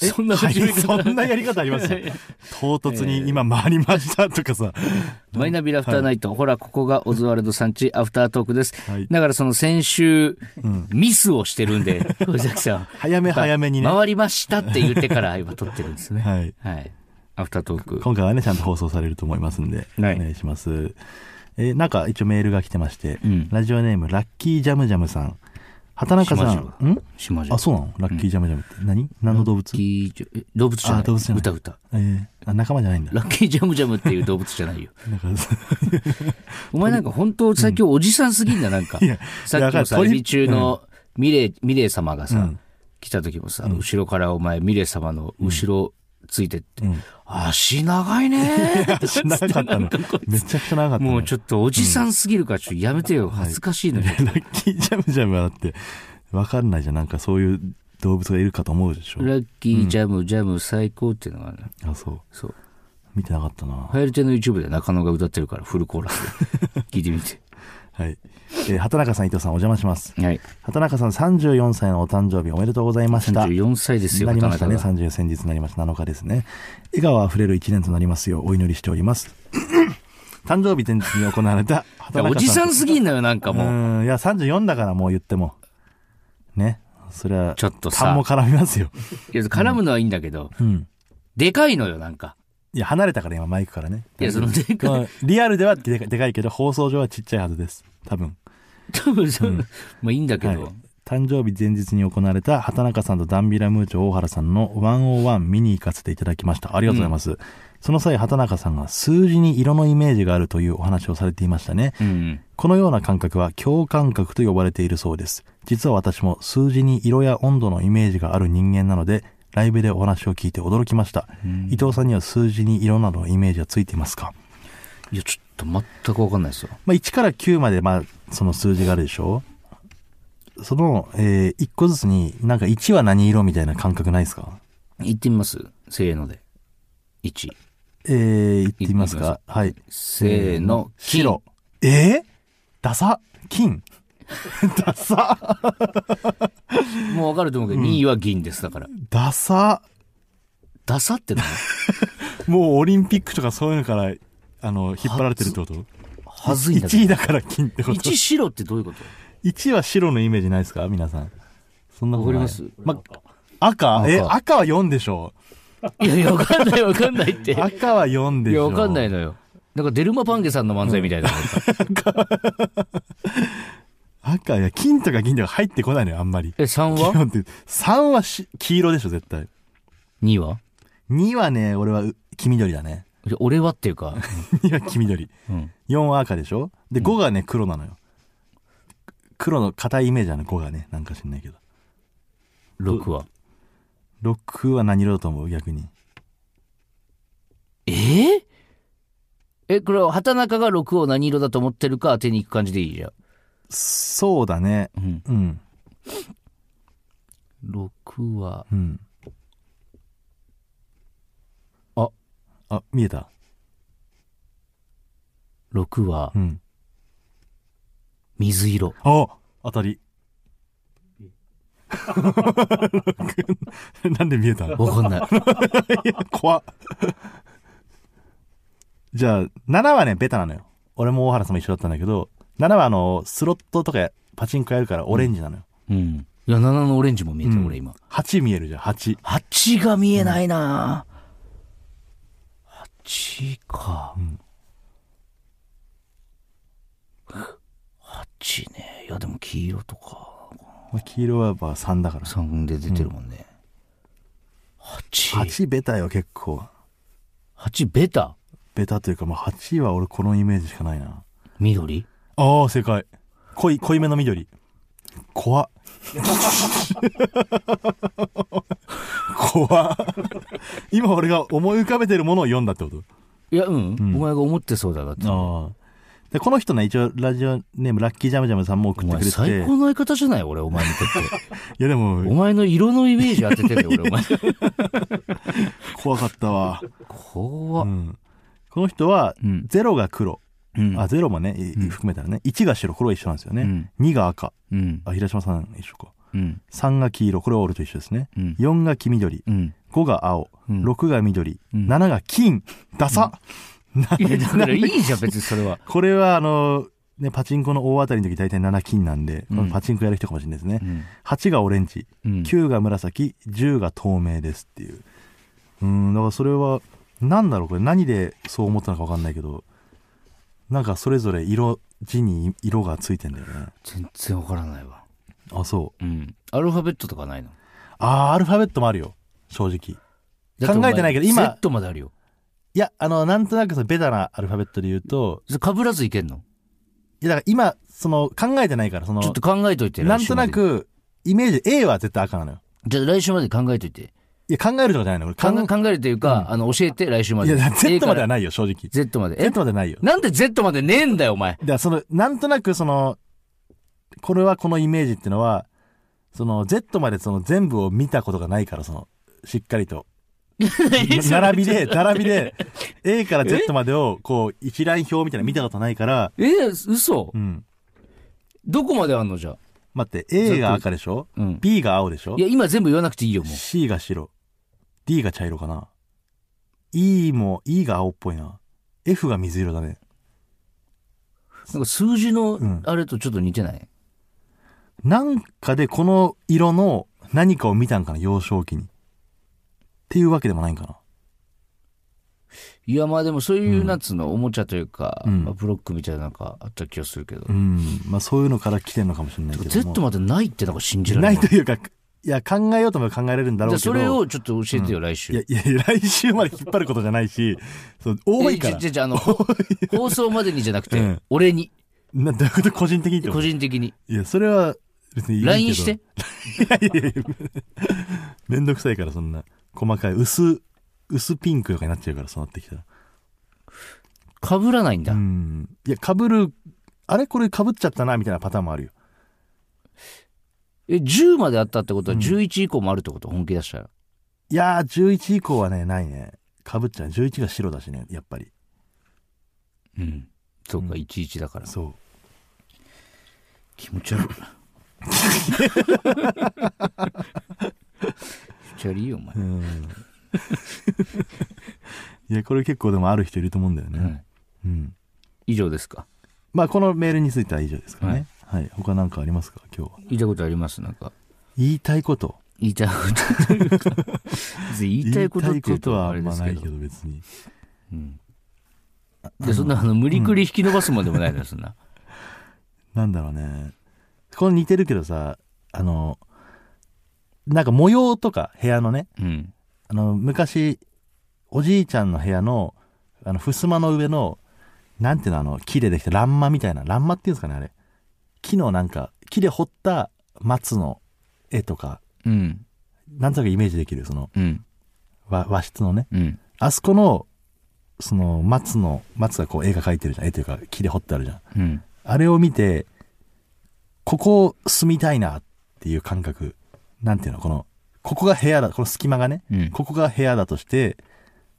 そんなはい始め方そんなやり方ありますよ唐突に今回りましたとかさ。 マイナビラフターナイト、ほら、ここがオズワルドさんちアフタートークです。はいだからその先週、ミスをしてるん で、藤崎さん。早め早めにね。回りましたって言ってから今撮ってるんですね。ははい。い、アフタートーク。今回はね、ちゃんと放送されると思いますんで、はいお願いします。えーなんか一応メールが来てまして、うんラジオネーム、ラッキージャムジャムさん。畑中さん。島ん島じゃあ、そうなのラッキージャムジャムって。何何の動物ラッキージャえ動物じゃない。あ動物じゃない歌歌。えーあ仲間じゃないんだ。ラッキージャムジャムっていう動物じゃ ないよ。なんかお前なんか本当最近おじさんすぎんだ、なんか。 いやさっきのさ、いやエビ中のミレイ、ミレイ様がさ、うん来た時もさ、後ろからお前ミレイ様の後ろついてって、うん足長いねー知らなかったの。めちゃくちゃ長かったの。 もうちょっとおじさんすぎるからちょっとやめてよ。恥ずかしいのに。 ラッキージャムジャムはだって、わかんないじゃん。なんかそういう動物がいるかと思うでしょ。ラッキージャムジャム最高っていうのがあるのあ、そう。そう。見てなかったな。はやり手の YouTube で中野が歌ってるからフルコーラスで聞いてみ て。はい。えー畑中さん、伊藤さん、お邪魔します。はい。畑中さん、34歳のお誕生日おめでとうございました。 34歳ですよ、なりましたね。畑中30先日になりました。7日ですね。笑顔あふれる1年となりますようお祈りしております。 誕生日前日に行われたがい畑やお中じささんんすぎんのよ、なんかうもう。ん、いや、34だからもう言っても。ね。それは、ちょっとさ痰も絡みま すよ。いや、絡むのはいいんだけど、うん。でかいのよ、なんか。いや、離れたから今マイクからね。いや、そのでかい。まあリアルではでかでかいけど、放送上はちっちゃいはずです。多分。多分その、まあいいんだけはいど。。誕生日前日に行われた畑中さんとダンビラムーチョ大原さんの101見に行かせていただきました。ありがとうございます。その際、畑中さんが数字に色のイメージがあるというお話をされていましたね。うん。このような感覚は共感覚と呼ばれているそうです。実は私も数字に色や温度のイメージがある人間なので、ライブでお話を聞いて驚きました。伊藤さんには数字に色などのイメージはついていますかいや、ちょっと全くわかんないですよ。まあ、1から9まで、まあ、その数字があるでしょその、えー、1個ずつに、なんか1は何色みたいな感覚ないですか行ってみますせーので。1。えー、言ってみます言っかはい。せーの、金。白。えー、ダサ金 ダサもうわかると思うけど、2位は銀です、だから。ダサダサってなのもうオリンピックとかそういうのから、あの、引っ張られてるってことはずいんだけ1ど。位だから金ってこと1白ってどういうこと ?1 は白のイメージないですか皆さん。そんなことない。わかりま、赤え、赤赤は4でしょいやいや、わかんないわかんないって。い赤は4でしや、ょわかんないのよ。なんかデルマパンゲさんの漫才みたいな。赤いや金とか銀とか入ってこないのよあんまりえ、3基は本って3はし黄色でしょ絶対 ?2 は2はね俺はう黄緑だねいや俺はっていうか、 2は黄緑うん。 4は赤でしょで5がね黒なのよ黒の硬いイメージなの5がねなんか知んないけど6は。 6は何色だと思う逆にえーえ、これは畑中が6を何色だと思ってるか当てに行く感じでいいじゃん。そうだねうん。うん6は、うんああ見えた6はうん水 色。あ当た りなんで見えたわかんない。怖っじゃあ、7はね、ベタなのよ。俺も大原さんも一緒だったんだけど、7はあの、スロットとかパチンコやるからオレンジなのよ。うん。いや、7のオレンジも見えてる、うん俺今。 8見えるじゃん、8。 8が見えないな8か。8ね。いや、でも黄色とか。まあ黄色はやっぱ3だから。 3で出てるもんね。8。 8ベタよ、結構。 8ベタベタというか、まあ8は俺このイメージしかないな。緑ああ、正解。濃い、濃いめの緑。怖 っ。怖っ。今俺が思い浮かべてるものを読んだってこといや、うん。お前が思ってそうだなって。ああ。で、この人ね、一応、ラジオネーム、ラッキージャムジャムさんも送お前ってくれてて。最い高の相方じゃない俺、お前にとって。や、でおも、前の色のイメージ当ててるよ、俺、お前。怖かったわ。怖うっ。ん。この人はうん、ゼロが黒。うんあ、ゼロもね、いうん含めたらね。1が白、黒は一緒なんですようね。ん。 2が赤。うん。あ、平島さん一緒か。うん。 3が黄色、これは俺と一緒ですね。うん。 4が黄緑。 うん。 5が青、うん6が緑、うん7が金ダサ、いや、だからいいじゃん、別にそれ は。これはあの、ね、パチンコの大当たりの時大体7金なんで、うんこのパチンコやる人かもしれないですね、ん8がオレンジうん9が紫10が透明ですっていううんだからそれは何だろうこれ何でそう思ったのか分かんないけどなんかそれぞれ色字に色がついてんだよね全然わからないわ。あそううん。アルファベットとかないのあーアルファベットもあるよ正直考えてないけど今 Z まであるよ。いやあのなんとなくそのベタなアルファベットで言うとそれ被らずいけんのいやだから今その考えてないからそのちょっと考えといて。なんとな来週まくイメージ A は絶対赤なのよで。じゃあ来週まで考えといて。いや考えるとかじゃないの俺考え考考えるというか、あの、教えて、来週まえいで。やだから Z まではない。ないよ正直 Z まで。え Z まではないよなんで Z までねえんだよ、お前。だからそのなんとなくそのこれはこのイメージってのはその Z までその全部を見たことがないからそのしっかりとな 並びで並 びで A から Z までをこう一覧表みたいなの見たことないからえ、嘘うんどこまであんのじゃあ待って A が赤でしょうん。 B が青でしょいや、今全部言わなくていいよ、もう。 C が白 D が茶色かな E も E が青っぽいな F が水色だねなんか数字のうん、あれとちょっと似てない、なんかでこの色の何かを見たんかな幼少期にっていうわけでもないんかないや、まあでもそういう、なんつうの、おもちゃというか、うんまあ、ブロックみたいななんかあった気がするけど。うん、まあそういうのから来てるのかもしれないけども。 Z までないってなんか信じられな。ないいというか、いや、考えようとも考えられるんだじろゃうあけそど。れをちょっと教えてよ、来いや週。いや、いや来週まで引っ張ることじゃないし、そう 多いかえらじ。ゃじゃあ、あの、放送までにじゃなくて、うん俺に、などういうこと個人的にってこ個と人的に。いや、それは別にいいけど。 LINE して。いやいやいや。めんどくさいから、そんな。細かい。薄、薄ピンクとかになっちゃうから、そうなってきたら。被らないんだ。うん。いや、被る、あれこれ被っちゃったな、みたいなパターンもあるよ。え、10まであったってことは11以降もあるってこと、本気出したら。いやー、11以降はね、ないね。被っちゃう。11が白だしね、やっぱり。うん。そうか、11だから。そう。気持ち悪い。気持ち悪いよ、お前う。 んいやこれ結構でもある人いると思うんだよね、はいうん以上ですか。まあこのメールについては以上ですからねはい、他何かありますか今日は言いたいことありますなんか。言いたいこと言いたいことというか別に言いたいことって言うとはああれんでますなけいどけど別にうんでそんなあの無理くり引き伸ばすまでもないのよそんななんだろうねこの似てるけどさあのなんか模様とか部屋のねうんあの昔おじいちゃんの部屋のあの襖の上のなんていうのあの木でできた欄間みたいな欄間っていうんですかねあれ木のなんか木で彫った松の絵とかうんなんとなくイメージできるそのうん和和室のねうんあそこのその松の松がこう絵が描いてるじゃん絵というか木で彫ってあるじゃんうんあれを見てここ住みたいなっていう感覚なんていうのこのここが部屋だこの隙間がねうんここが部屋だとして、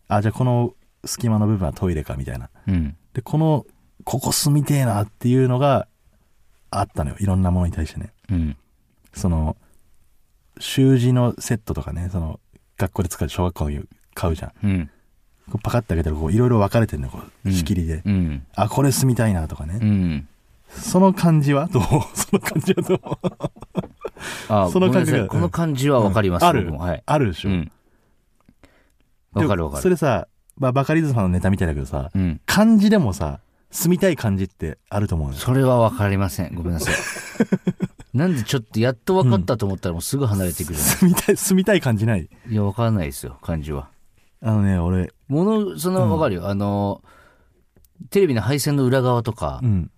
あ、じゃあこの隙間の部分はトイレかみたいな。うんで、この、ここ住みてえなっていうのがあったのよ。いろんなものに対してね。うんその、習字のセットとかね、その、学校で使う、小学校で買うじゃん。うんこうパカッて開けたら、こう、いろいろ分かれてるのよ、こうう、ん仕切りで。うんあ、これ住みたいなとかね。うんその感じはどう その感じはどうあそごのめんなさ感じがいこの感じはわかりますある僕もはいあるでしょ。うわ、んわかるわかそるれさ、まあ、バカリズムさんのネタみたいだけどさ、うん漢字でもさ、住みたい漢字ってあると思うのよ。それはわかりませんごめんなさい なんでちょっとやっとわかったと思ったらもうすぐ離れてくるじゃ住みたい、 住みたい感じない。ないいやわからないですよ感じはあのね、俺、もの、その、わかるよ。あの、テレビの配線の裏側とかう、ん。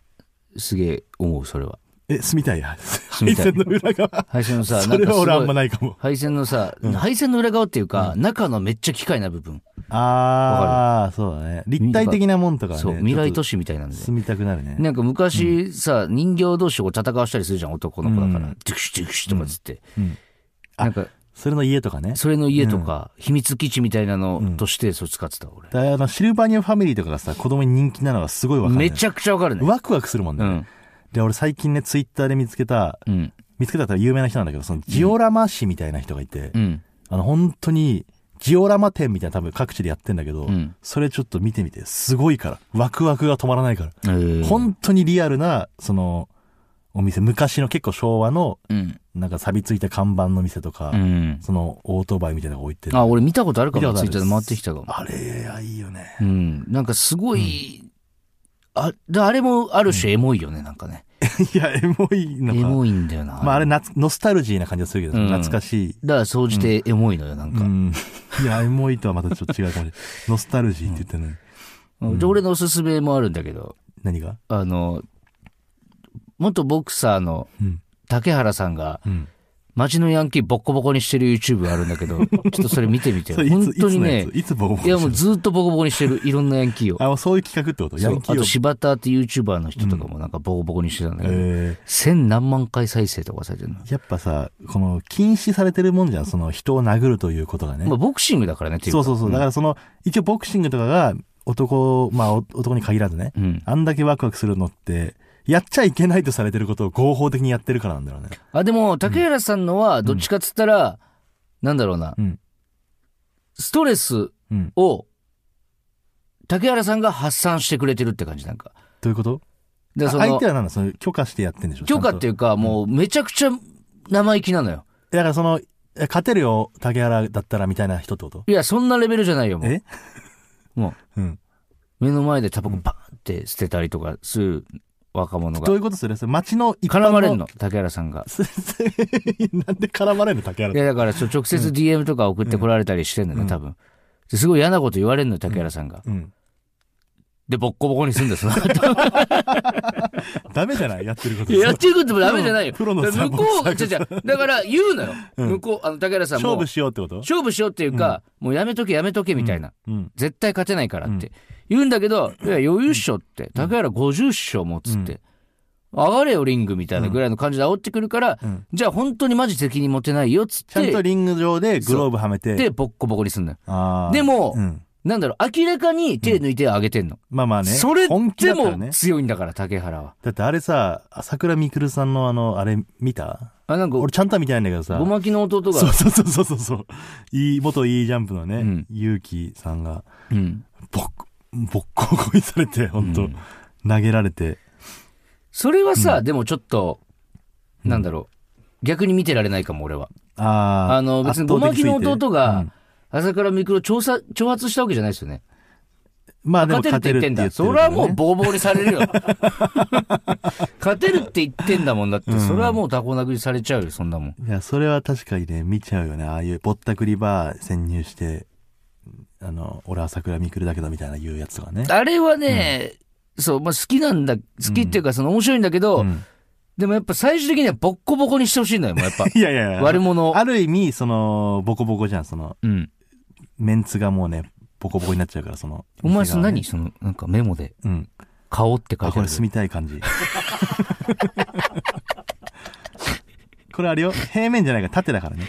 すげえ思う、それは。え、住みたい や。みたい配線の裏側。配線のさ、 そなんれかはす俺あんごまいないかも。配線のさ、配線の裏側っていうか、中のめっちゃ機械な部分。あー、そうだね。立体的なもんとかはね。そう、未来ちょ都っ市みたいなんでと。住みたくなるね。なんか昔さ、人形同士を戦わしたりするじゃん、男の子だから。うドゥクシュドゥクシュとかつって。うんあなんか、それの家とかね。それの家とか、秘密基地みたいなのとして、それ使ってた、俺。だあの、シルバニアファミリーとかがさ、子供に人気なのはすごいわかる、ね。めちゃくちゃわかるね。ワクワクするもんうね。ん。で、俺最近ね、ツイッターで見つけた、うん。見つけたって有名な人なんだけど、そのジオラマ師みたいな人がいて、うん。あの、本当に、ジオラマ展みたいな多分各地でやってんだけど、うんそれちょっと見てみて、すごいから。ワクワクが止まらないから。え本当にリアルな、その、お店、昔の結構昭和の、うん。なんか錆びついた看板の店とか、うん。そのオートバイみたいなのが置いてる。あ、俺見たことあるか見たも。ことあツイるッターで回ってきたかも。あれ、あいいよね。 うん。なんかすごい、あ、であれもある種エモいよね、なんかね。いや、エモいエのか。モいんだよな。まああれ、なつノスタルジーな感じがするけど、うん懐かしい。だから総じてエモいのよ、なんうか。ん。 いや、エモいとはまたちょっと違うかもしれない。ノスタルジーって言ってるのに。うんで、俺のおすすめもあるんだけど、何があの、元ボクサーのうん。竹原さんが、うん。街のヤンキーボッコボコにしてる YouTube あるんだけ ど、ちょっとそれ見てみてそれよ。いつ本当にいねつのや、ついつボコボコいやもうしてずっとボコボコにしてる、いろんなヤンキーをる。あ、もうそういう企画ってことヤそうンキあーとを。柴田っていう YouTuber の人とかもなんかボコボコにしてたんだけど、え千何万回再生とかされてるの。ーやっぱさ、この、禁止されてるもんじゃん、その、人を殴るということがねまあ。ボクシングだからね、っていそうそうそう。だかからその、一応ボクシングとかが、男、まあ、お男に限らずね、ら。うん。あんだけワクワクするのって、やっちゃいけないとされてることを合法的にやってるからなんだろうね。あ、でも、竹原さんのは、どっちかっつったら、なんだろうな、うん。ストレスうん。を、竹原さんが発散してくれてるって感じなんか。どういうことで、あそ相の手、は何だその許可してやってんでしょ許可っていいうか、もう、めちゃくちゃ生意気なのよ。う。だからその、え勝てるよ、竹原だったらみたいな人ってこといや、そんなレベルじゃないよ、もう。えもうん。う、目の前でタバコバーンって捨てたりとかする若者どうが。いうことするそれ街の一般の絡まれんの、竹原さんが。すす なんで絡まれるの竹い原や、だから、そう直接 DM とか送ってこられたりしてんのね、多分。ですごい嫌なこと言われんのよ、竹原さんが。うん。で、ボッコボコにすんだよ、その後ダメじゃないやってること。いや、やってることもダメじゃないよ。 プロのだから向こうが、サボじゃじゃだから言うのよ。向こう、あの、竹原さんも。勝負しようってこと勝負しようっていうか、もうやめとけやめとけみたいな。うん。絶対勝てないからって。言うんだけど、いや、余裕っしょって。竹原50勝もっつって。上がれよ、リングみたいなぐらいの感じで煽ってくるから、んじゃあ本当にマジ責任持てないよっつっちゃんとて、リング上でグローブはめて。で、ボッコボコにすんのよ。あーでもうん。なんだろう、明らかに手抜いてあげてんの。まあまあね。それ本気だでったらもね。強いんだから、竹原は。だってあれさ、朝倉未来さんのあの、あれ見たあ、なんか、俺ちゃんとは見てないんだけどさ。ごまきの弟そうが、そうそうそうそうそう。いい、元いいジャンプのうねん、ゆうきさんが、うん。ボッコ、ボッコボコにされて、本当、投げられて。それはさ、でもちょっと、なんだろう、逆に見てられないかも、俺は。ああ、あの、別にごま圧きの倒的すぎて弟うがん、朝倉未来を調査、挑発したわけじゃないですよね。まあでも勝てるって勝てる言っっててんだ。言ってるそれはもうボーボーにされ るよ。勝てるって言ってんだもんだって、それはもうタコ殴りされちゃうよ、そんなもん。う。いや、それは確かにね、見ちゃうよね。ああいう、ぼったくりバー潜入して、あの、俺朝倉未来だけどみたいな言うやつとかね。あれはね、そう、まあ好きなんだ、好きっていうかその面白いんだけど、んでもやっぱ最終的にはボッコボコにしてほしいのよ、もうやっぱ。 いやいやいや。悪者を ある意味、その、ボコボコじゃん、その、うん。メンツがもうね、ボコボコになっちゃうから、その。お前その店側何ねその、なんかメモで、うん。顔って書いあ、てこある。れ住みたい感じ。 これあれよ、平面じゃないから縦だからね。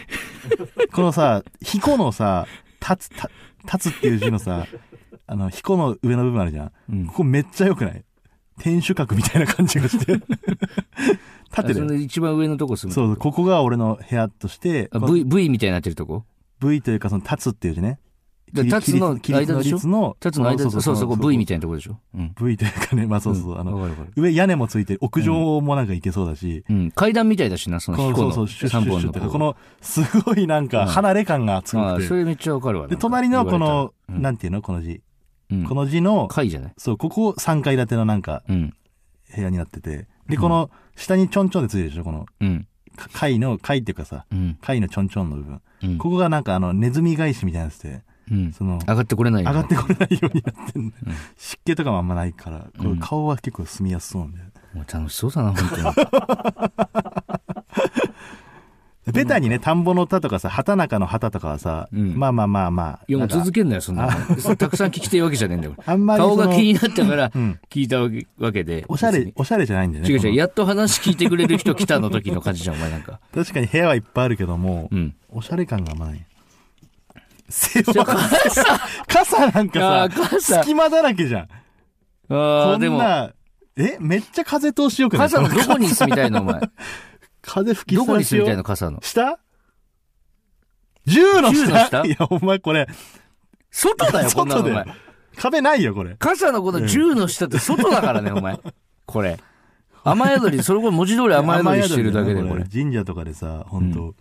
このさ、彦のさ、立つ、た立つっていう字のさ、あの、彦の上の部分あるじゃん。うんここめっちゃ良くない天守閣みたいな感じ がして。縦あだそよ。の一番上のとこ住む。そうそう、ここが俺の部屋として、あこの V、V みたいになってるとこ V というかその立つっていう字ね。だキリ立つのキリ間でしょ立の立つの間こそうそう、そこ V みたいなとこでしょうん。 V というかね、まあそうそう、あの、わかるわかる。上屋根もついてる屋上もなんか行けそうだし、うん。階段みたいだしな、そのこ飛の行そうそのうシュッシュ3ッシュッ本シュッのってここのすごいなんうかん離れ感がすごああ、くそてれめっちゃわかるわ。で隣のこの、うんなんていうのこの字、この、の字の階じゃないそうここ3階建てのなんかうん。部屋になっててでこの下にちょんちょんでついてるでしょこのうん。か階の階っていうかさうん。階のちょんちょんの部分、うん。ここがなんかあのネズミ返しみたいなやつでうんその上がってこれない上よがね。ってこれないようになってんだよ湿気とかもあんまないからこう顔は結構住みやすそうなんだよねもう楽しそうだな、 本当に。ベタにね、田んぼの田とかさ、畑中の畑とかはさ、うんまあまあまあまあ。いや、もうなんか続けんなよ、そんなの。そうたくさん聞きてるわけじゃねえんだよ。あんまりそ顔のが気になったからん、聞いたわけわけで。おしゃ別れに、おしゃれじゃないんだよね。違う違う、こやっと話聞いてくれる人来たの時の感じじゃん、お前なんか。の確かに部屋はいっぱいあるけど も、うん。おしゃれ感があんまない。せわ傘なんあかあ、さ、傘。隙間だらけじゃん。あこあ、でんも、な、えめっちゃ風通しよくない傘のどこ に住みたいの、お前。風吹きどこにさ住みらたいしの、傘よ。の。下10の下10の下いや、お前これ、外 だよ、こんなの、 外おで前。壁ないよ、これ。傘のこの10の下って外だからね、 お前。これ。雨宿り、それこそ文字通り雨宿りしてるだけで、雨こ宿れりだね。神社とかでさ、本当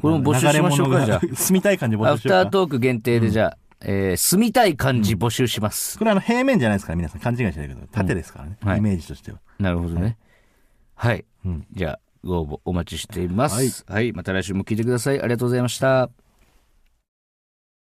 これも募集しましょうか、じゃ 住みたい感じあ。募アフ集しようか。タートーク限定で、じゃあ、えー住みたい感じ募集します。これあの平面じゃないですから、皆さん勘違いしないでください。縦ですからね、うんはいイメージとしては。なるほどね。はい。うんじゃあ、ご応募お待ちしています。はいはい。また来週も聞いてください。ありがとうございました。